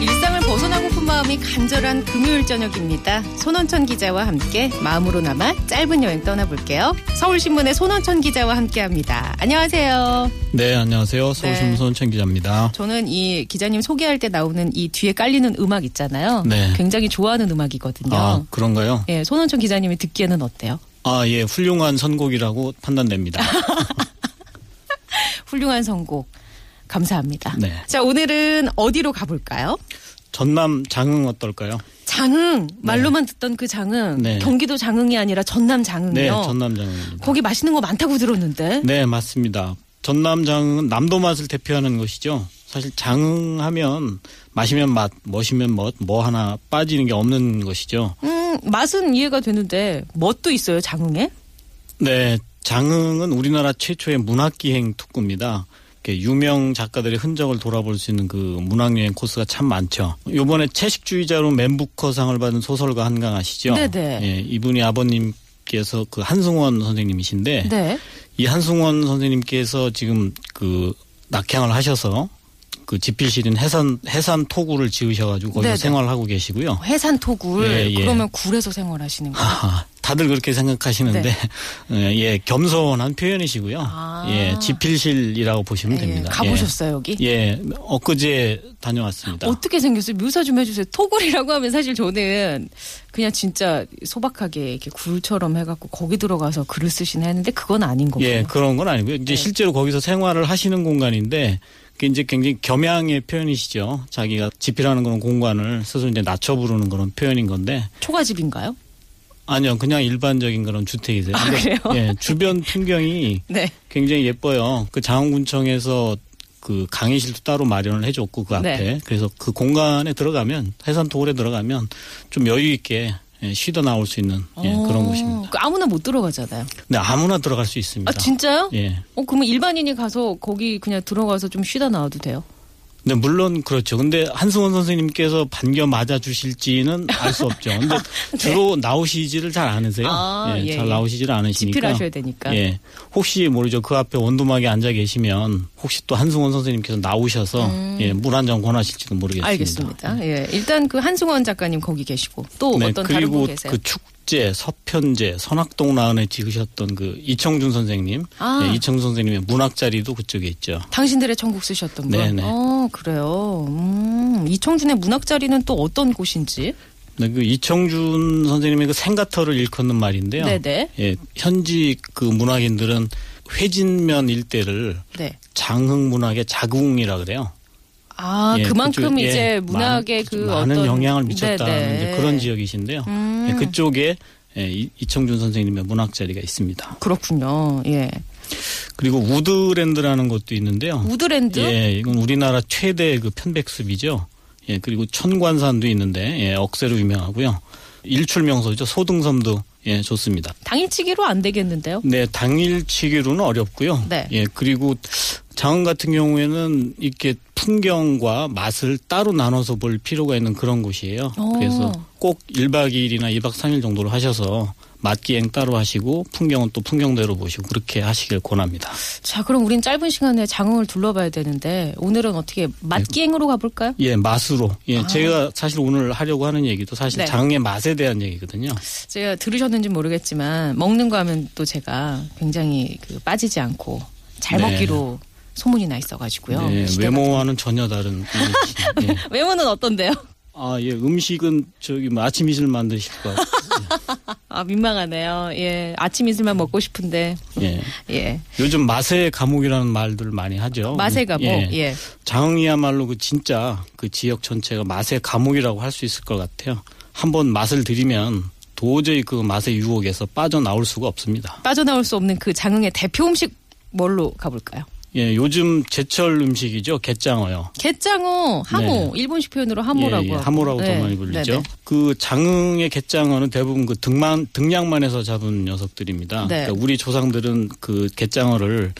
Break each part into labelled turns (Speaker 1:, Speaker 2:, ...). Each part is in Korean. Speaker 1: 일상을 벗어나고픈 마음이 간절한 금요일 저녁입니다. 손원천 기자와 함께 마음으로나마 짧은 여행 떠나볼게요. 서울신문의 손원천 기자와 함께합니다. 안녕하세요.
Speaker 2: 네, 안녕하세요. 서울신문
Speaker 1: 네.
Speaker 2: 손천 기자입니다.
Speaker 1: 저는 이 기자님 소개할 때 나오는 이 뒤에 깔리는 음악 있잖아요.
Speaker 2: 네.
Speaker 1: 굉장히 좋아하는 음악이거든요.
Speaker 2: 아, 그런가요?
Speaker 1: 예, 손원천 기자님이 듣기에는 어때요?
Speaker 2: 아, 예, 훌륭한 선곡이라고 판단됩니다.
Speaker 1: 훌륭한 선곡. 감사합니다.
Speaker 2: 네.
Speaker 1: 자, 오늘은 어디로 가볼까요?
Speaker 2: 전남 장흥 어떨까요?
Speaker 1: 장흥. 말로만 듣던 그 장흥.
Speaker 2: 네.
Speaker 1: 경기도 장흥이 아니라 전남 장흥이요.
Speaker 2: 네, 전남 장흥입니다.
Speaker 1: 거기 맛있는 거 많다고 들었는데.
Speaker 2: 네, 맞습니다. 전남 장흥은 남도 맛을 대표하는 것이죠. 사실 장흥하면 마시면 맛, 멋이면 멋, 뭐 하나 빠지는 게 없는 것이죠.
Speaker 1: 음, 맛은 이해가 되는데 멋도 있어요, 장흥에?
Speaker 2: 네, 장흥은 우리나라 최초의 문학기행 특구입니다. 이렇게 유명 작가들의 흔적을 돌아볼 수 있는 그 문학여행 코스가 참 많죠. 요번에 채식주의자로 맨부커상을 받은 소설가 한강 아시죠?
Speaker 1: 네네.
Speaker 2: 예, 이분이 아버님께서 그 한승원 선생님이신데
Speaker 1: 네.
Speaker 2: 이 한승원 선생님께서 지금 그 낙향을 하셔서 그 집필실인 해산 해산 토구를 지으셔가지고 거기서
Speaker 1: 네네.
Speaker 2: 생활하고 계시고요.
Speaker 1: 뭐 해산 토굴.
Speaker 2: 예, 예.
Speaker 1: 그러면 굴에서 생활하시는 거예요?
Speaker 2: 아, 다들 그렇게 생각하시는데 예, 예, 겸손한 표현이시고요.
Speaker 1: 네. 아.
Speaker 2: 예, 지필실이라고 보시면 됩니다.
Speaker 1: 예, 가보셨어요, 여기?
Speaker 2: 예, 예, 엊그제 다녀왔습니다.
Speaker 1: 어떻게 생겼어요? 묘사 좀 해주세요. 토굴이라고 하면 사실 저는 그냥 진짜 소박하게 이렇게 굴처럼 해갖고 거기 들어가서 글을 쓰시나 했는데 그건 아닌 거고요. 네.
Speaker 2: 예, 그런 건 아니고요. 이제 실제로 거기서 생활을 하시는 공간인데 그게 이제 굉장히 겸양의 표현이시죠. 자기가 지필하는 그런 공간을 스스로 이제 낮춰 부르는 그런 표현인 건데
Speaker 1: 초가집인가요?
Speaker 2: 아니요, 그냥 일반적인 그런 주택이세요.
Speaker 1: 아,
Speaker 2: 근데,
Speaker 1: 그래요?
Speaker 2: 예, 주변 풍경이
Speaker 1: 네.
Speaker 2: 굉장히 예뻐요. 그 장흥군청에서 그 강의실도 따로 마련을 해줬고 그 앞에
Speaker 1: 네.
Speaker 2: 그래서 그 공간에 들어가면 해산 도굴에 들어가면 좀 여유 있게 예, 쉬다 나올 수 있는 예, 그런
Speaker 1: 어,
Speaker 2: 곳입니다.
Speaker 1: 그 아무나 못 들어가잖아요.
Speaker 2: 근데 아무나 들어갈 수 있습니다.
Speaker 1: 아 진짜요?
Speaker 2: 예.
Speaker 1: 어 그러면 일반인이 가서 거기 그냥 들어가서 좀 쉬다 나와도 돼요?
Speaker 2: 네, 물론 그렇죠. 근데 한승원 선생님께서 반겨 맞아 주실지는 알 수 없죠. 근데 주로 나오시지를 잘 않으세요.
Speaker 1: 네. 아, 예,
Speaker 2: 잘
Speaker 1: 예.
Speaker 2: 나오시지를 않으시니까.
Speaker 1: 집필하셔야 되니까.
Speaker 2: 예. 혹시 모르죠. 그 앞에 원두막에 앉아 계시면 혹시 또 한승원 선생님께서 나오셔서 예, 물 한 잔 권하실지도 모르겠습니다.
Speaker 1: 음. 알겠습니다. 예. 일단 그 한승원 작가님 거기 계시고 또
Speaker 2: 네,
Speaker 1: 어떤 다른
Speaker 2: 그리고
Speaker 1: 분 계세요?
Speaker 2: 그 축제, 서편제, 선학동 라운에 찍으셨던 그 이청준 선생님,
Speaker 1: 아.
Speaker 2: 예, 이청준 선생님의 문학 자리도 그쪽에 있죠.
Speaker 1: 당신들의 천국 쓰셨던 분.
Speaker 2: 네네.
Speaker 1: 어 그래요. 음, 이청준의 문학 자리는 또 어떤 곳인지?
Speaker 2: 네, 그 이청준 선생님의 그 생가터를 일컫는 말인데요.
Speaker 1: 네네.
Speaker 2: 예, 현지 그 문학인들은 회진면 일대를
Speaker 1: 네.
Speaker 2: 장흥 문학의 자궁이라 그래요.
Speaker 1: 아,
Speaker 2: 예,
Speaker 1: 그만큼
Speaker 2: 그쪽-
Speaker 1: 이제
Speaker 2: 예,
Speaker 1: 문학의
Speaker 2: 많-
Speaker 1: 그
Speaker 2: 많은
Speaker 1: 어떤
Speaker 2: 영향을 미쳤다는
Speaker 1: 네네. 음.
Speaker 2: 이제 그런 지역이신데요. 예, 그쪽에 예, 이- 이청준 선생님의 문학 자리가 있습니다.
Speaker 1: 그렇군요. 예.
Speaker 2: 그리고 우드랜드라는 곳도 있는데요.
Speaker 1: 우드랜드?
Speaker 2: 예, 이건 우리나라 최대 그 편백숲이죠. 예, 그리고 천관산도 있는데 예, 억새로 유명하고요. 일출 명소죠. 소등섬도 예, 좋습니다.
Speaker 1: 당일치기로 안 되겠는데요?
Speaker 2: 네, 당일치기로는 어렵고요.
Speaker 1: 네.
Speaker 2: 예, 그리고 장흥 같은 경우에는 이렇게 풍경과 맛을 따로 나눠서 볼 필요가 있는 그런 곳이에요.
Speaker 1: 오.
Speaker 2: 그래서 꼭 1박 2일이나 2박 3일 정도로 하셔서 맛기행 따로 하시고 풍경은 또 풍경대로 보시고 그렇게 하시길 권합니다.
Speaker 1: 자, 그럼 우린 짧은 시간에 장흥을 둘러봐야 되는데 오늘은 어떻게 맛기행으로 가볼까요?
Speaker 2: 예, 맛으로. 예, 제가 사실 오늘 하려고 하는 얘기도 사실
Speaker 1: 아. 네.
Speaker 2: 장흥의 맛에 대한 얘기거든요.
Speaker 1: 제가 들으셨는지 모르겠지만 먹는 거 하면 또 제가 굉장히 그 빠지지 않고 잘
Speaker 2: 네.
Speaker 1: 먹기로 소문이 나 있어가지고요.
Speaker 2: 네,
Speaker 1: 시대가-
Speaker 2: 외모와는 전혀 다른. 음식. 예.
Speaker 1: 외모는 어떤데요?
Speaker 2: 아, 예, 음식은 저기 뭐 아침 이슬 만드실 것 같아요.
Speaker 1: 아 민망하네요. 예, 아침 이슬만 먹고 싶은데
Speaker 2: 예.
Speaker 1: 예,
Speaker 2: 요즘 맛의 감옥이라는 말들 많이 하죠.
Speaker 1: 맛의 감옥.
Speaker 2: 예.
Speaker 1: 예.
Speaker 2: 장흥이야말로 그 진짜 그 지역 전체가 맛의 감옥이라고 할 수 있을 것 같아요. 한번 맛을 들이면 도저히 그 맛의 유혹에서 빠져나올 수가 없습니다.
Speaker 1: 빠져나올 수 없는 그 장흥의 대표 음식 뭘로 가볼까요?
Speaker 2: 예, 요즘 제철 음식이죠. 갯장어요.
Speaker 1: 갯장어, 하모, 일본식 표현으로 하모라고.
Speaker 2: 네. 예, 예,
Speaker 1: 하고.
Speaker 2: 하모라고 더
Speaker 1: 네,
Speaker 2: 많이 불리죠.
Speaker 1: 네네.
Speaker 2: 그 장흥의 갯장어는 대부분 그 등만 등량만 해서 잡은 녀석들입니다.
Speaker 1: 네.
Speaker 2: 그러니까 우리 조상들은 그 갯장어를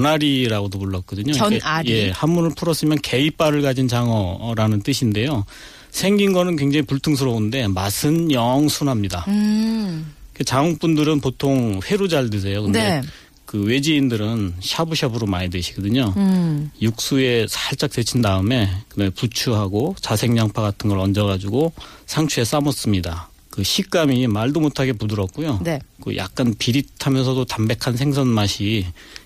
Speaker 2: 견아리라고도 불렀거든요.
Speaker 1: 견아리.
Speaker 2: 이게, 예, 한문을 풀었으면 게이빨을 가진 장어라는 뜻인데요. 생긴 거는 굉장히 불퉁스러운데 맛은 영 순합니다.
Speaker 1: 음,
Speaker 2: 그 장흥분들은 보통 회로 잘 드세요. 근데
Speaker 1: 네.
Speaker 2: 그 외지인들은 샤브샤브로 많이 드시거든요.
Speaker 1: 음.
Speaker 2: 육수에 살짝 데친 다음에 그다음에 부추하고 자색양파 같은 걸 얹어가지고 상추에 싸먹습니다. 그 식감이 말도 못하게 부드럽고요.
Speaker 1: 네.
Speaker 2: 그 약간 비릿하면서도 담백한 생선 맛이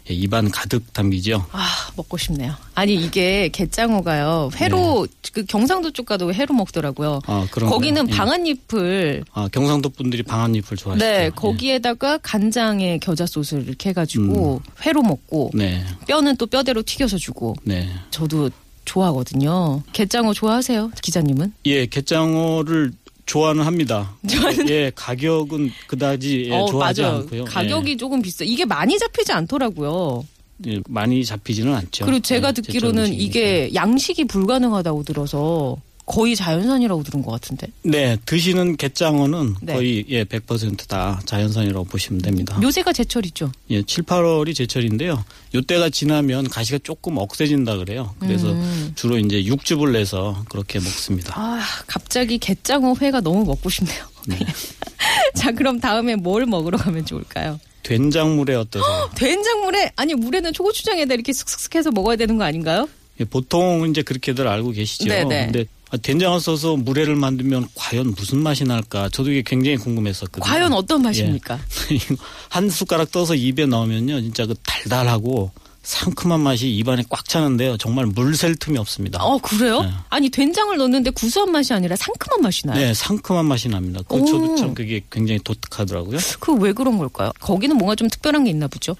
Speaker 2: 예, 입안 가득 담기죠.
Speaker 1: 아, 먹고 싶네요. 아니, 이게 갯장어가요. 회로, 그 경상도 쪽 가도 회로 먹더라고요. 예.
Speaker 2: 아 그런
Speaker 1: 거기는 방앗잎을
Speaker 2: 아 경상도 분들이 방앗잎을 좋아하시죠.
Speaker 1: 네,
Speaker 2: 예.
Speaker 1: 거기에다가 간장에 겨자 소스를 이렇게 해가지고 회로 먹고
Speaker 2: 네,
Speaker 1: 뼈는 또 뼈대로 튀겨서 주고
Speaker 2: 네.
Speaker 1: 저도 좋아하거든요. 갯장어 좋아하세요, 기자님은?
Speaker 2: 예, 갯장어를 좋아는 합니다.
Speaker 1: 좋아하는-
Speaker 2: 예, 가격은 그다지 예,
Speaker 1: 어,
Speaker 2: 좋아하지
Speaker 1: 맞아요.
Speaker 2: 않고요.
Speaker 1: 가격이 조금 비싸. 이게 많이 잡히지 않더라고요.
Speaker 2: 예, 예, 많이 잡히지는 않죠.
Speaker 1: 그리고 제가
Speaker 2: 예, 제철 예.
Speaker 1: 듣기로는
Speaker 2: 음식이니까.
Speaker 1: 이게 양식이 불가능하다고 들어서 거의 자연산이라고 들은 것 같은데.
Speaker 2: 네, 드시는 갯장어는
Speaker 1: 네.
Speaker 2: 거의 예, 100%다 자연산이라고 보시면 됩니다.
Speaker 1: 요새가 제철이죠.
Speaker 2: 예, 7, 8월이 제철인데요. 요때가 지나면 가시가 조금 억세진다 그래요. 그래서
Speaker 1: 음.
Speaker 2: 주로 이제 육즙을 내서 그렇게 먹습니다.
Speaker 1: 아, 갑자기 갯장어 회가 너무 먹고 싶네요. 자, 그럼 다음에 뭘 먹으러 가면 좋을까요?
Speaker 2: 된장물에 어떠세요?
Speaker 1: 된장물에 아니 물에는 초고추장에다 이렇게 슥슥 해서 먹어야 되는 거 아닌가요?
Speaker 2: 예, 보통 이제 그렇게들 알고 계시죠.
Speaker 1: 네, 네.
Speaker 2: 근데 아, 된장을 써서 물회를 만들면 과연 무슨 맛이 날까? 저도 이게 굉장히 궁금했었거든요.
Speaker 1: 과연
Speaker 2: 네.
Speaker 1: 어떤 맛입니까?
Speaker 2: 한 숟가락 떠서 입에 넣으면요, 진짜 그 달달하고 상큼한 맛이 입안에 꽉 차는데요. 정말 물 셀 틈이 없습니다.
Speaker 1: 어 그래요?
Speaker 2: 네.
Speaker 1: 아니 된장을 넣는데 구수한 맛이 아니라 상큼한 맛이 나요.
Speaker 2: 네, 상큼한 맛이 납니다. 그
Speaker 1: 오.
Speaker 2: 저도 참 그게 굉장히 독특하더라고요.
Speaker 1: 그 왜 그런 걸까요? 거기는 뭔가 좀 특별한 게 있나 보죠.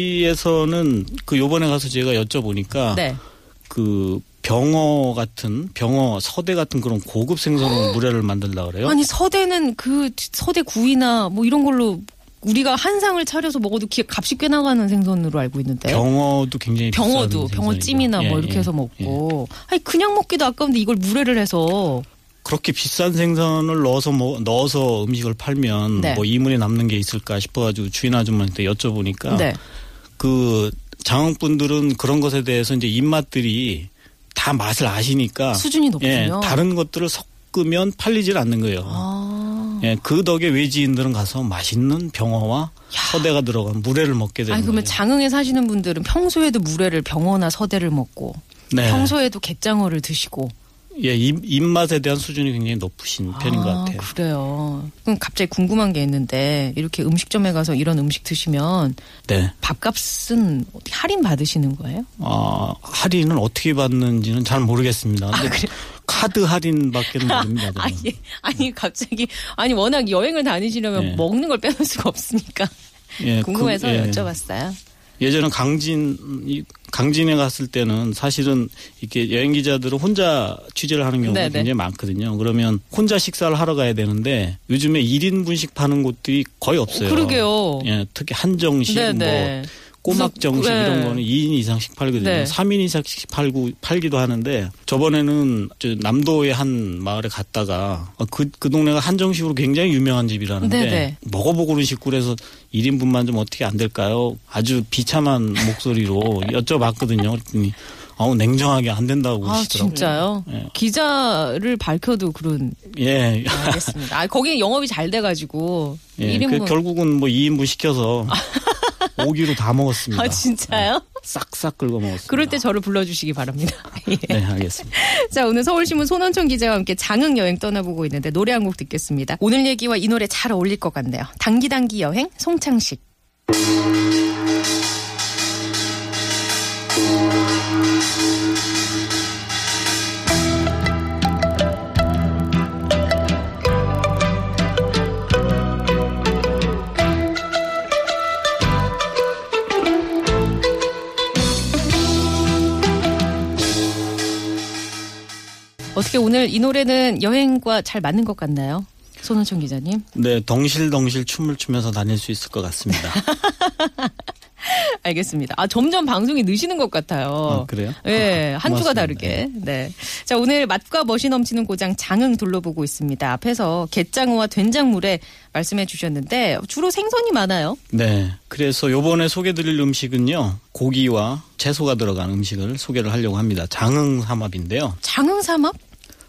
Speaker 2: 현지에서는 그 요번에 가서 제가 여쭤보니까
Speaker 1: 네.
Speaker 2: 그 병어 같은 병어 서대 같은 그런 고급 생선으로 물회를 만들다 그래요.
Speaker 1: 아니 서대는 그 서대 구이나 뭐 이런 걸로 우리가 한 상을 차려서 먹어도 기- 값이 꽤 나가는 생선으로 알고 있는데.
Speaker 2: 병어도 굉장히
Speaker 1: 네. 병어도
Speaker 2: 비싼
Speaker 1: 병어찜이나
Speaker 2: 생선이고요.
Speaker 1: 뭐
Speaker 2: 예,
Speaker 1: 이렇게
Speaker 2: 예,
Speaker 1: 해서
Speaker 2: 예.
Speaker 1: 먹고 아니 그냥 먹기도 아까운데 이걸 물회를 해서
Speaker 2: 그렇게 비싼 생선을 넣어서 먹- 넣어서 음식을 팔면
Speaker 1: 네.
Speaker 2: 뭐 이문에 남는 게 있을까 싶어가지고 주인 아줌마한테 여쭤보니까
Speaker 1: 네.
Speaker 2: 그 장흥분들은 그런 것에 대해서 이제 입맛들이 다 맛을 아시니까
Speaker 1: 수준이
Speaker 2: 예,
Speaker 1: 높군요.
Speaker 2: 다른 것들을 섞으면 팔리질 않는 거예요.
Speaker 1: 아.
Speaker 2: 예, 그 덕에 외지인들은 가서 맛있는 병어와 서대가 들어간 물회를 먹게 되는
Speaker 1: 아니 그러면
Speaker 2: 거예요.
Speaker 1: 장흥에 사시는 분들은 평소에도 물회를 병어나 서대를 먹고
Speaker 2: 네.
Speaker 1: 평소에도 갯장어를 드시고
Speaker 2: 예, 입, 입맛에 대한 수준이 굉장히 높으신 편인 것
Speaker 1: 아,
Speaker 2: 같아요.
Speaker 1: 그래요. 그럼 갑자기 궁금한 게 있는데 이렇게 음식점에 가서 이런 음식 드시면
Speaker 2: 네.
Speaker 1: 밥값은 어떻게 할인 받으시는 거예요?
Speaker 2: 아, 할인은 어떻게 받는지는 잘 모르겠습니다. 근데 카드 할인밖에 모릅니다. 저는.
Speaker 1: 아, 아니, 예. 아니 갑자기 아니 워낙 여행을 다니시려면
Speaker 2: 예.
Speaker 1: 먹는 걸 빼놓을 수가 없으니까
Speaker 2: 예,
Speaker 1: 궁금해서
Speaker 2: 그, 예.
Speaker 1: 여쭤봤어요.
Speaker 2: 예전에 강진 이- 강진에 갔을 때는 사실은 이렇게 여행 기자들은 혼자 취재를 하는 경우가
Speaker 1: 네네.
Speaker 2: 굉장히 많거든요. 그러면 혼자 식사를 하러 가야 되는데 요즘에 1인분씩 파는 곳들이 거의 없어요.
Speaker 1: 그러게요.
Speaker 2: 예, 특히 한정식
Speaker 1: 네네.
Speaker 2: 뭐 꼬막 정식
Speaker 1: 네.
Speaker 2: 이런 거는 2인 이상씩
Speaker 1: 네.
Speaker 2: 팔거든요. 삼 3인 이상씩 팔고 팔기도 하는데 저번에는 저 남도의 한 마을에 갔다가 그 그 동네가 한정식으로 굉장히 유명한 집이라는데
Speaker 1: 네네.
Speaker 2: 먹어보고는 식구를 해서 1인분만 좀 어떻게 안 될까요? 아주 비참한 목소리로 여쭤봤거든요. 그랬더니 아우 냉정하게 안 된다고
Speaker 1: 아
Speaker 2: 그러시더라고요.
Speaker 1: 진짜요?
Speaker 2: 예.
Speaker 1: 기자를 밝혀도 그런
Speaker 2: 예.
Speaker 1: 알겠습니다. 아, 거기 영업이 잘 돼가지고
Speaker 2: 예. 그
Speaker 1: 1인분.
Speaker 2: 결국은 뭐 2인분 시켜서 오기로 다 먹었습니다.
Speaker 1: 아
Speaker 2: 예.
Speaker 1: 진짜요?
Speaker 2: 싹싹 긁어 먹었습니다.
Speaker 1: 그럴 때 저를 불러주시기 바랍니다. 예.
Speaker 2: 네, 알겠습니다.
Speaker 1: 자 오늘 서울신문 손원천 기자와 함께 장흥 여행 떠나보고 있는데 노래 한 곡 듣겠습니다. 오늘 얘기와 이 노래 잘 어울릴 것 같네요. 당기당기 여행 송창식. 어떻게 오늘 이 노래는 여행과 잘 맞는 것 같나요? 손원천 기자님.
Speaker 2: 네, 덩실덩실 춤을 추면서 다닐 수 있을 것 같습니다.
Speaker 1: 알겠습니다. 아, 점점 방송이 늦으시는 것 같아요.
Speaker 2: 아, 그래요?
Speaker 1: 예,
Speaker 2: 아,
Speaker 1: 한 주가
Speaker 2: 고맙습니다.
Speaker 1: 다르게. 네. 자, 오늘 맛과 멋이 넘치는 고장 장흥 둘러보고 있습니다. 앞에서 갯장어와 된장물에 말씀해 주셨는데 주로 생선이 많아요.
Speaker 2: 네. 그래서 요번에 소개드릴 음식은요. 고기와 채소가 들어간 음식을 소개를 하려고 합니다. 장흥 삼합인데요.
Speaker 1: 장흥 삼합?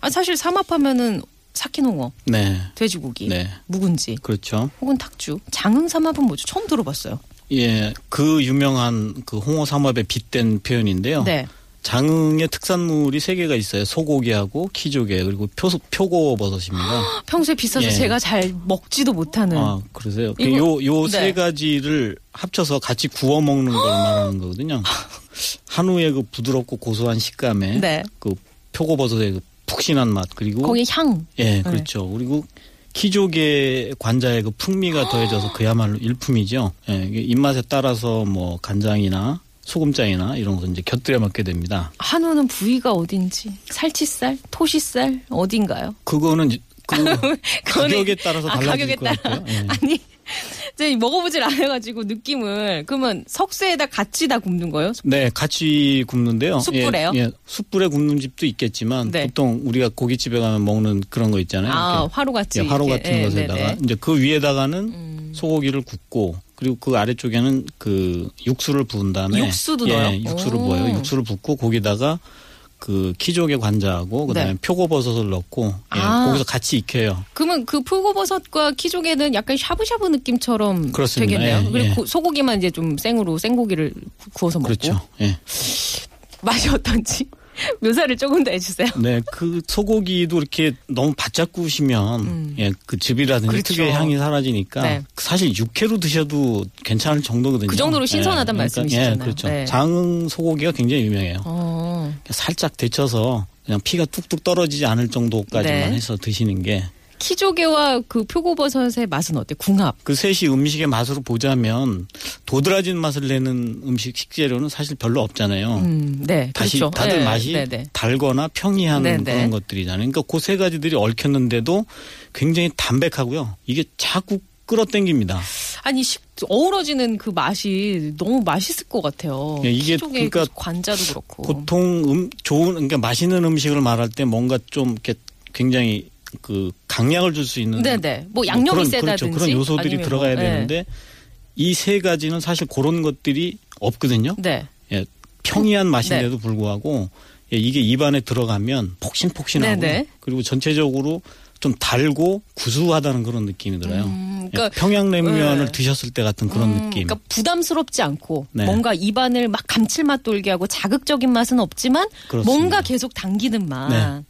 Speaker 1: 아, 사실 삼합하면은 사키농어,
Speaker 2: 네.
Speaker 1: 돼지고기,
Speaker 2: 네.
Speaker 1: 묵은지,
Speaker 2: 그렇죠.
Speaker 1: 혹은 탁주. 장흥 삼합은 뭐죠? 처음 들어봤어요.
Speaker 2: 예. 그 유명한 그 홍어 삼합의 빗댄 표현인데요.
Speaker 1: 네.
Speaker 2: 장흥의 특산물이 세 개가 있어요. 소고기하고 키조개 그리고 표, 표고버섯입니다.
Speaker 1: 평소에 비싸서
Speaker 2: 예.
Speaker 1: 제가 잘 먹지도 못하는
Speaker 2: 아, 그러세요?
Speaker 1: 음. 이거-
Speaker 2: 요요 세
Speaker 1: 네. 아.
Speaker 2: 가지를 합쳐서 같이 구워 먹는 걸 말하는 거거든요. 한우의 그 부드럽고 고소한 식감에
Speaker 1: 네.
Speaker 2: 그 표고버섯의 그 푹신한 맛 그리고
Speaker 1: 거기 네. 향.
Speaker 2: 예, 그렇죠. 그리고 키조개 관자의 그 풍미가 더해져서 그야말로 일품이죠. 예, 이게 입맛에 따라서 뭐 간장이나 소금장이나 이런 거 이제 곁들여 먹게 됩니다.
Speaker 1: 한우는 부위가 어딘지 살치살, 토시살 어딘가요?
Speaker 2: 그거는 이제 그
Speaker 1: 그거는-
Speaker 2: 가격에 따라서
Speaker 1: 아,
Speaker 2: 달라질
Speaker 1: 가격에
Speaker 2: 것 같아요. 예.
Speaker 1: 아니 이제 먹어보질 않아가지고 느낌을 그러면 석쇠에다 같이 다 굽는 거예요?
Speaker 2: 네, 같이 굽는데요.
Speaker 1: 숯불에요?
Speaker 2: 예, 예, 숯불에 굽는 집도 있겠지만
Speaker 1: 네.
Speaker 2: 보통 우리가 고깃집에 가면 먹는 그런 거 있잖아요.
Speaker 1: 아
Speaker 2: 네, 이렇게.
Speaker 1: 화로 같이
Speaker 2: 예, 화로
Speaker 1: 이렇게.
Speaker 2: 같은
Speaker 1: 예,
Speaker 2: 것에다가
Speaker 1: 네네. 음.
Speaker 2: 이제 그 위에다가는 소고기를 굽고 그리고 그 아래쪽에는 그 육수를 부은 다음에
Speaker 1: 육수도
Speaker 2: 예,
Speaker 1: 넣어요?
Speaker 2: 육수를
Speaker 1: 오.
Speaker 2: 부어요. 육수를 붓고 거기다가 그 키조개 관자하고 그다음에
Speaker 1: 네.
Speaker 2: 표고버섯을 넣고 예,
Speaker 1: 아.
Speaker 2: 거기서 같이 익혀요.
Speaker 1: 그러면 그 표고버섯과 키조개는 약간 샤브샤브 느낌처럼
Speaker 2: 그렇습니다.
Speaker 1: 되겠네요.
Speaker 2: 예,
Speaker 1: 그리고
Speaker 2: 예.
Speaker 1: 고- 소고기만 이제 좀 생으로 생고기를 구- 구워서 먹고
Speaker 2: 그렇죠. 예.
Speaker 1: 맛이 어떤지 묘사를 조금 더 해주세요.
Speaker 2: 네, 그 소고기도 이렇게 너무 바짝 구우시면 예, 그 즙이라든지
Speaker 1: 음. 그렇죠.
Speaker 2: 특유의 향이 사라지니까
Speaker 1: 네.
Speaker 2: 사실 육회로 드셔도 괜찮을 정도거든요.
Speaker 1: 그 정도로 신선하단 말씀이시잖아요.
Speaker 2: 예, 그렇죠.
Speaker 1: 네.
Speaker 2: 장흥 소고기가 굉장히 유명해요. 그러니까
Speaker 1: 어,
Speaker 2: 살짝 데쳐서 그냥 피가 뚝뚝 떨어지지 않을 정도까지만
Speaker 1: 네.
Speaker 2: 해서 드시는 게 그
Speaker 1: 키조개와 그 표고버섯의 맛은 어때? 궁합.
Speaker 2: 그 셋이 음식의 맛으로 보자면 도드라진 맛을 내는 음식 식재료는 사실 별로 없잖아요.
Speaker 1: 음, 네,
Speaker 2: 다시
Speaker 1: 그렇죠.
Speaker 2: 다들
Speaker 1: 네,
Speaker 2: 맛이
Speaker 1: 네, 네.
Speaker 2: 달거나 평이한
Speaker 1: 네, 네.
Speaker 2: 그런 것들이잖아요. 그러니까 그 세 가지들이 얽혔는데도 굉장히 담백하고요. 이게 자꾸 끌어당깁니다.
Speaker 1: 아니 식 어우러지는 그 맛이 너무 맛있을 것 같아요.
Speaker 2: 예, 이게
Speaker 1: 키조개 그
Speaker 2: 그러니까
Speaker 1: 관자도 그렇고.
Speaker 2: 보통 음 좋은 그러니까 맛있는 음식을 말할 때 뭔가 좀 이렇게 굉장히 그 강약을 줄 수 있는
Speaker 1: 네네. 뭐 양념이
Speaker 2: 그런,
Speaker 1: 세다든지
Speaker 2: 그렇죠. 그런 요소들이
Speaker 1: 아니면
Speaker 2: 들어가야
Speaker 1: 뭐, 네.
Speaker 2: 되는데 이 세 가지는 사실 그런 것들이 없거든요.
Speaker 1: 네.
Speaker 2: 예, 평이한 맛인데도 불구하고 예, 이게 입안에 들어가면 폭신폭신하고
Speaker 1: 네네.
Speaker 2: 그리고 전체적으로 좀 달고 구수하다는 그런 느낌이 들어요.
Speaker 1: 음,
Speaker 2: 예,
Speaker 1: 그러니까
Speaker 2: 평양냉면을
Speaker 1: 네.
Speaker 2: 드셨을 때 같은 그런
Speaker 1: 음,
Speaker 2: 느낌.
Speaker 1: 그러니까 부담스럽지 않고
Speaker 2: 네.
Speaker 1: 뭔가 입안을 막 감칠맛 돌게 하고 자극적인 맛은 없지만
Speaker 2: 그렇습니다.
Speaker 1: 뭔가 계속 당기는 맛.
Speaker 2: 네.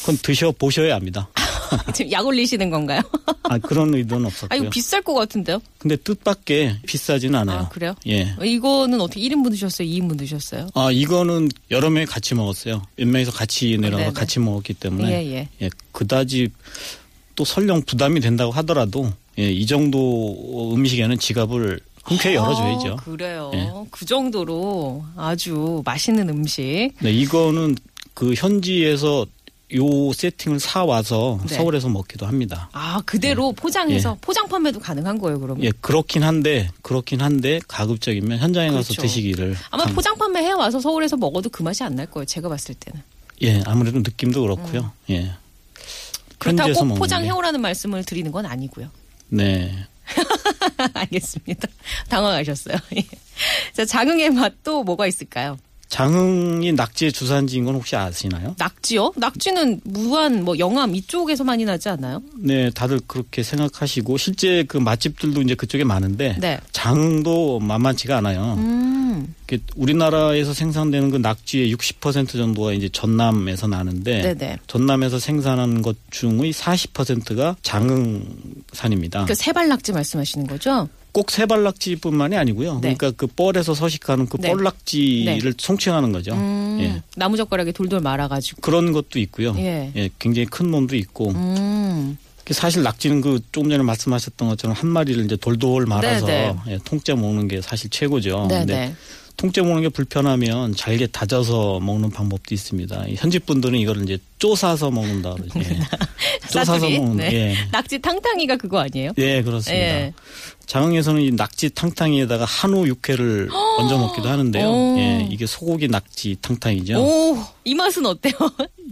Speaker 2: 그건 드셔 보셔야 합니다.
Speaker 1: 지금 약 올리시는 건가요?
Speaker 2: 아, 그런 의도는
Speaker 1: 아
Speaker 2: 없었고요.
Speaker 1: 이거 비쌀 것 같은데요?
Speaker 2: 근데 뜻밖의 비싸지는 않아요.
Speaker 1: 아, 그래요?
Speaker 2: 예.
Speaker 1: 이거는 어떻게 1인분 드셨어요? 2인분 드셨어요?
Speaker 2: 아, 이거는 여러 명이 같이 먹었어요. 몇 명이서 같이 내려가
Speaker 1: 네네.
Speaker 2: 같이 먹었기 때문에
Speaker 1: 예, 예.
Speaker 2: 그다지 또 설령 부담이 된다고 하더라도 예, 이 정도 음식에는 지갑을 흔쾌히 열어줘야죠.
Speaker 1: 아, 그래요.
Speaker 2: 예.
Speaker 1: 그 정도로 아주 맛있는 음식.
Speaker 2: 네, 이거는 그 현지에서 요 세팅을 사 와서
Speaker 1: 네.
Speaker 2: 서울에서 먹기도 합니다.
Speaker 1: 아 그대로 포장해서 포장 판매도 가능한 거예요, 그러면.
Speaker 2: 예, 그렇긴 한데 그렇긴 한데 가급적이면 현장에
Speaker 1: 그렇죠.
Speaker 2: 가서 드시기를
Speaker 1: 아마
Speaker 2: 참-
Speaker 1: 포장 판매 해 와서 서울에서 먹어도 그 맛이 안 날 거예요. 제가 봤을 때는.
Speaker 2: 예, 아무래도 느낌도 그렇고요. 예.
Speaker 1: 음. 그렇다고
Speaker 2: 현지에서
Speaker 1: 꼭
Speaker 2: 먹는
Speaker 1: 포장해
Speaker 2: 게.
Speaker 1: 오라는 말씀을 드리는 건 아니고요.
Speaker 2: 네.
Speaker 1: 알겠습니다. 당황하셨어요. 예. 자, 장흥의 맛 또 뭐가 있을까요?
Speaker 2: 장흥이 낙지의 주산지인 건 혹시 아시나요?
Speaker 1: 낙지요? 낙지는 무안, 뭐 영암 이쪽에서 많이 나지 않나요?
Speaker 2: 네, 다들 그렇게 생각하시고 실제 그 맛집들도 이제 그쪽에 많은데
Speaker 1: 네.
Speaker 2: 장도 만만치가 않아요.
Speaker 1: 음.
Speaker 2: 이렇게 우리나라에서 생산되는 그 낙지의 60% 정도가 이제 전남에서 나는데
Speaker 1: 네, 네.
Speaker 2: 전남에서 생산한 것 중의 40%가 장흥산입니다.
Speaker 1: 그 세발낙지 말씀하시는 거죠?
Speaker 2: 꼭 세발낙지뿐만이 아니고요.
Speaker 1: 네.
Speaker 2: 그러니까 그 뻘에서 서식하는 그
Speaker 1: 네.
Speaker 2: 뻘낙지를 송칭하는 거죠.
Speaker 1: 음.
Speaker 2: 예.
Speaker 1: 나무젓가락에 돌돌 말아 가지고.
Speaker 2: 그런 것도 있고요.
Speaker 1: 예.
Speaker 2: 굉장히 큰 놈도 있고
Speaker 1: 음.
Speaker 2: 사실 낙지는 그 조금 전에 말씀하셨던 것처럼 한 마리를 이제 돌돌 말아서
Speaker 1: 네,
Speaker 2: 예, 통째 먹는 게 사실 최고죠.
Speaker 1: 네,
Speaker 2: 근데
Speaker 1: 네.
Speaker 2: 통째 먹는 게 불편하면 잘게 다져서 먹는 방법도 있습니다. 이 현지 분들은 이거를 이제 쪼사서 먹는다 그러죠. 예. 쪼사서
Speaker 1: 사투리?
Speaker 2: 먹는
Speaker 1: 네.
Speaker 2: 예.
Speaker 1: 낙지 탕탕이가 그거 아니에요?
Speaker 2: 예, 그렇습니다.
Speaker 1: 예.
Speaker 2: 장흥에서는 이 낙지 탕탕이에다가 한우 육회를 얹어 먹기도
Speaker 1: 오.
Speaker 2: 하는데요. 예, 이게 소고기 낙지 탕탕이죠.
Speaker 1: 오, 이 맛은 어때요?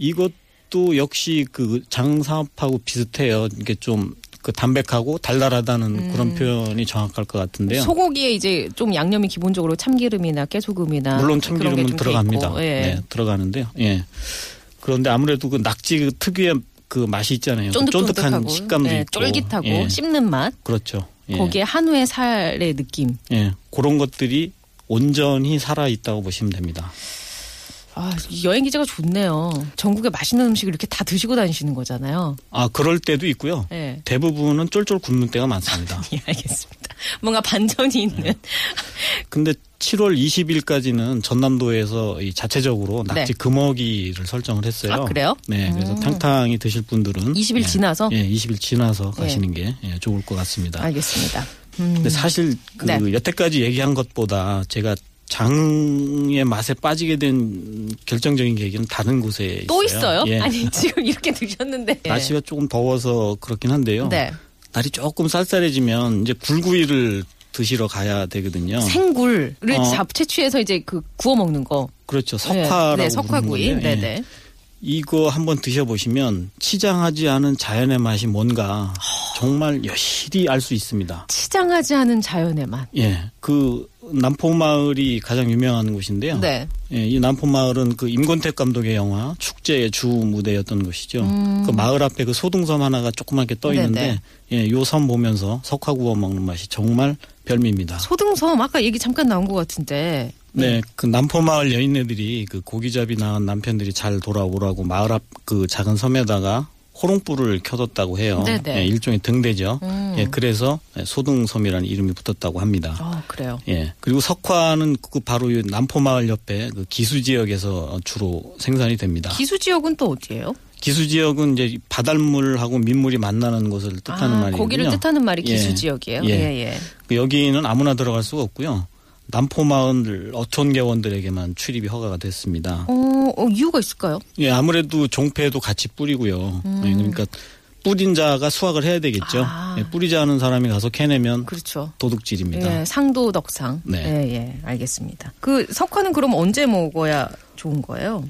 Speaker 2: 이것도 역시 그 장사업하고 비슷해요. 이게 좀 그 담백하고 달달하다는
Speaker 1: 음.
Speaker 2: 그런 표현이 정확할 것 같은데요.
Speaker 1: 소고기에 이제 좀 양념이 기본적으로 참기름이나 깨소금이나
Speaker 2: 물론
Speaker 1: 아, 그런 게좀
Speaker 2: 참기름은
Speaker 1: 돼
Speaker 2: 들어갑니다.
Speaker 1: 있고, 예.
Speaker 2: 네, 들어가는데요. 예. 그런데 아무래도 그 낙지 그 특유의 그 맛이 있잖아요. 그
Speaker 1: 쫀득쫀득하고
Speaker 2: 쫀득한 식감도
Speaker 1: 예,
Speaker 2: 있고.
Speaker 1: 쫄깃하고
Speaker 2: 예,
Speaker 1: 씹는 맛.
Speaker 2: 그렇죠. 예.
Speaker 1: 거기에 한우의 살의 느낌.
Speaker 2: 예. 그런 것들이 온전히 살아 있다고 보시면 됩니다.
Speaker 1: 아, 이 여행 기자가 좋네요. 전국에 맛있는 음식을 이렇게 다 드시고 다니시는 거잖아요.
Speaker 2: 아, 그럴 때도 있고요.
Speaker 1: 예.
Speaker 2: 대부분은 쫄쫄 굶는 때가 많습니다.
Speaker 1: 예, 알겠습니다. 뭔가 반전이
Speaker 2: 예,
Speaker 1: 있는.
Speaker 2: 근데 7월 20일까지는 전남도에서 이 자체적으로 낙지
Speaker 1: 네.
Speaker 2: 금어기를 설정을 했어요.
Speaker 1: 아, 그래요?
Speaker 2: 네, 그래서 탕탕이 드실 분들은
Speaker 1: 20일
Speaker 2: 예,
Speaker 1: 지나서? 네.
Speaker 2: 예, 20일 지나서 가시는 게 예, 좋을 것 같습니다.
Speaker 1: 알겠습니다.
Speaker 2: 근데 사실 그
Speaker 1: 네.
Speaker 2: 여태까지 얘기한 것보다 제가 장의 맛에 빠지게 된 결정적인 계기는 다른 곳에 있어요.
Speaker 1: 또 있어요?
Speaker 2: 예.
Speaker 1: 아니, 지금 이렇게 드셨는데.
Speaker 2: 날씨가 조금 더워서 그렇긴 한데요.
Speaker 1: 네.
Speaker 2: 날이 조금 쌀쌀해지면 이제 굴구이를 드시러 가야 되거든요.
Speaker 1: 생굴을
Speaker 2: 어.
Speaker 1: 잡 채취해서 이제 그 구워 먹는 거.
Speaker 2: 그렇죠. 석화라고
Speaker 1: 네,
Speaker 2: 부르는
Speaker 1: 석화구이.
Speaker 2: 건데요. 예.
Speaker 1: 네네.
Speaker 2: 이거 한번 드셔보시면 치장하지 않은 자연의 맛이 뭔가 정말 여실히 알 수 있습니다.
Speaker 1: 치장하지 않은 자연의 맛.
Speaker 2: 예, 그 남포마을이 가장 유명한 곳인데요.
Speaker 1: 네.
Speaker 2: 예, 이 남포마을은 그 임권택 감독의 영화 축제의 주 무대였던 곳이죠. 그 마을 앞에 그 소등섬 하나가 조그맣게 떠 있는데, 예, 요 섬 보면서 석화 구워 먹는 맛이 정말 별미입니다.
Speaker 1: 소등섬 아까 얘기 잠깐 나온 것 같은데.
Speaker 2: 네, 그 남포마을 여인네들이 그 고기잡이 나간 남편들이 잘 돌아오라고 마을 앞 그 작은 섬에다가 호롱불을 켜뒀다고 해요.
Speaker 1: 네네.
Speaker 2: 예, 일종의 등대죠.
Speaker 1: 음.
Speaker 2: 예, 그래서 소등섬이라는 이름이 붙었다고 합니다.
Speaker 1: 아 그래요.
Speaker 2: 예. 그리고 석화는 그 바로 이 남포마을 옆에 그 기수 지역에서 주로 생산이 됩니다.
Speaker 1: 기수 지역은 또 어디예요?
Speaker 2: 기수 지역은 이제 바닷물하고 민물이 만나는 곳을 뜻하는
Speaker 1: 아,
Speaker 2: 말이거든요.
Speaker 1: 거기를 뜻하는 말이
Speaker 2: 예.
Speaker 1: 기수 지역이에요.
Speaker 2: 예.
Speaker 1: 예, 예.
Speaker 2: 그 여기는 아무나 들어갈 수가 없고요. 남포마을 어촌계원들에게만 출입이 허가가 됐습니다.
Speaker 1: 어, 어, 이유가 있을까요?
Speaker 2: 예, 아무래도 종패도 같이 뿌리고요. 예, 그러니까 뿌린 자가 수확을 해야 되겠죠.
Speaker 1: 음. 아.
Speaker 2: 예, 뿌리지 않은 사람이 가서 캐내면
Speaker 1: 그렇죠.
Speaker 2: 도둑질입니다.
Speaker 1: 예, 상도 덕상.
Speaker 2: 네.
Speaker 1: 예, 예. 알겠습니다. 그 석화는 그럼 언제 먹어야 좋은 거예요?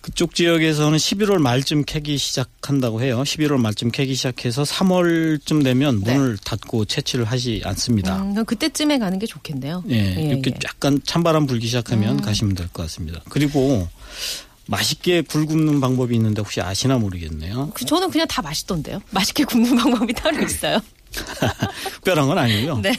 Speaker 2: 그쪽 지역에서는 11월 말쯤 캐기 시작한다고 해요. 11월 말쯤 캐기 시작해서 3월쯤 되면
Speaker 1: 네.
Speaker 2: 문을 닫고 채취를 하지 않습니다.
Speaker 1: 음, 그럼 그때쯤에 가는 게 좋겠네요.
Speaker 2: 아. 예,
Speaker 1: 예, 음.
Speaker 2: 이렇게
Speaker 1: 예.
Speaker 2: 약간 찬바람 불기 시작하면 가시면 될 것 같습니다. 그리고 맛있게 굴 굽는 방법이 있는데 혹시 아시나 모르겠네요.
Speaker 1: 그- 저는 그냥 다 맛있던데요. 맛있게 굽는 방법이 따로 있어요.
Speaker 2: 특별한 건 아니고요.
Speaker 1: 네.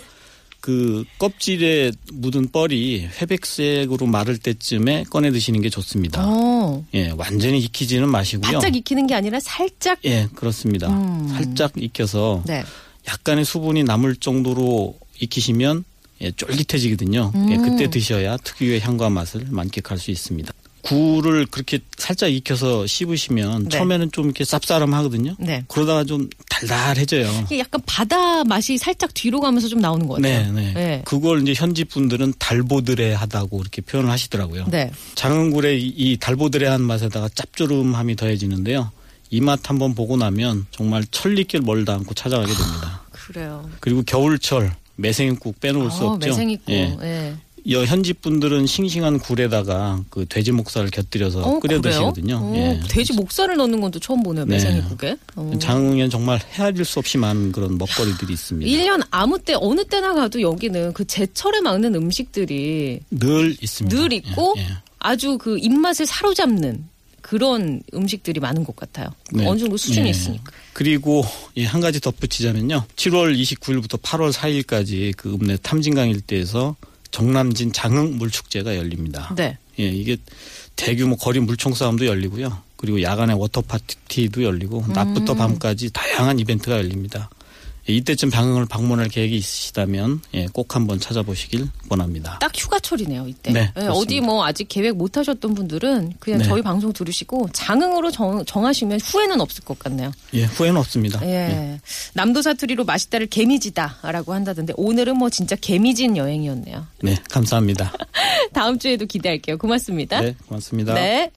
Speaker 2: 그 껍질에 묻은 뻘이 회백색으로 마를 때쯤에 꺼내 드시는 게 좋습니다.
Speaker 1: 어,
Speaker 2: 예, 완전히 익히지는 마시고요.
Speaker 1: 바짝 익히는 게 아니라 살짝.
Speaker 2: 예, 그렇습니다.
Speaker 1: 음.
Speaker 2: 살짝 익혀서
Speaker 1: 네.
Speaker 2: 약간의 수분이 남을 정도로 익히시면 예, 쫄깃해지거든요. 예,
Speaker 1: 음.
Speaker 2: 그때 드셔야 특유의 향과 맛을 만끽할 수 있습니다. 굴을 그렇게 살짝 익혀서 씹으시면
Speaker 1: 네.
Speaker 2: 처음에는 좀 이렇게 쌉싸름하거든요.
Speaker 1: 네.
Speaker 2: 그러다가 좀 달달해져요.
Speaker 1: 이게 약간 바다 맛이 살짝 뒤로 가면서 좀 나오는 것
Speaker 2: 네,
Speaker 1: 같아요.
Speaker 2: 네.
Speaker 1: 네.
Speaker 2: 그걸 이제 현지 분들은 달보드레하다고 이렇게 표현을 하시더라고요.
Speaker 1: 네.
Speaker 2: 장흥굴의 이- 이 달보드레한 맛에다가 짭조름함이 더해지는데요. 이 맛 한번 보고 나면 정말 천리길 멀다 않고 찾아가게 됩니다.
Speaker 1: 그래요.
Speaker 2: 그리고 겨울철 매생이국 빼놓을 수
Speaker 1: 어,
Speaker 2: 없죠.
Speaker 1: 매생이국.
Speaker 2: 예.
Speaker 1: 예.
Speaker 2: 여 현지 분들은 싱싱한 굴에다가 그 돼지 목살을 곁들여서
Speaker 1: 어,
Speaker 2: 끓여
Speaker 1: 그래요?
Speaker 2: 드시거든요.
Speaker 1: 어,
Speaker 2: 예.
Speaker 1: 돼지 목살을 넣는 건도 처음 보네요.
Speaker 2: 네.
Speaker 1: 매생이국에. 어.
Speaker 2: 장흥엔 정말 헤아릴 수 없이 많은 그런 먹거리들이 있습니다.
Speaker 1: 1년 아무 때 어느 때나 가도 여기는 그 제철에 막는 음식들이
Speaker 2: 늘 있습니다.
Speaker 1: 늘 있고
Speaker 2: 예, 예.
Speaker 1: 아주 그 입맛을 사로잡는 그런 음식들이 많은 것 같아요.
Speaker 2: 네.
Speaker 1: 어느 정도 수준이
Speaker 2: 예.
Speaker 1: 있으니까.
Speaker 2: 그리고 예, 한 가지 덧붙이자면요. 7월 29일부터 8월 4일까지 그 읍내 탐진강 일대에서 정남진 장흥 물축제가 열립니다.
Speaker 1: 네.
Speaker 2: 예, 이게 대규모 거리 물총 싸움도 열리고요.
Speaker 1: 음.
Speaker 2: 그리고 야간에 워터 파티도 열리고 낮부터 밤까지 다양한 이벤트가 열립니다. 예, 이때쯤 방흥을 방문할 계획이 있으시다면 예, 꼭 한번 찾아보시길 원합니다.
Speaker 1: 딱 휴가철이네요 이때.
Speaker 2: 네,
Speaker 1: 예,
Speaker 2: 그렇습니다.
Speaker 1: 어디 뭐 아직 계획 못 하셨던 분들은 그냥
Speaker 2: 네.
Speaker 1: 저희 방송 들으시고 장흥으로 정, 정하시면 후회는 없을 것 같네요.
Speaker 2: 예, 후회는 없습니다.
Speaker 1: 예.
Speaker 2: 예.
Speaker 1: 남도 사투리로 맛있다를 개미지다라고 한다던데 오늘은 뭐 진짜 개미진 여행이었네요.
Speaker 2: 네, 감사합니다.
Speaker 1: 다음 주에도 기대할게요. 고맙습니다.
Speaker 2: 네, 고맙습니다.
Speaker 1: 네.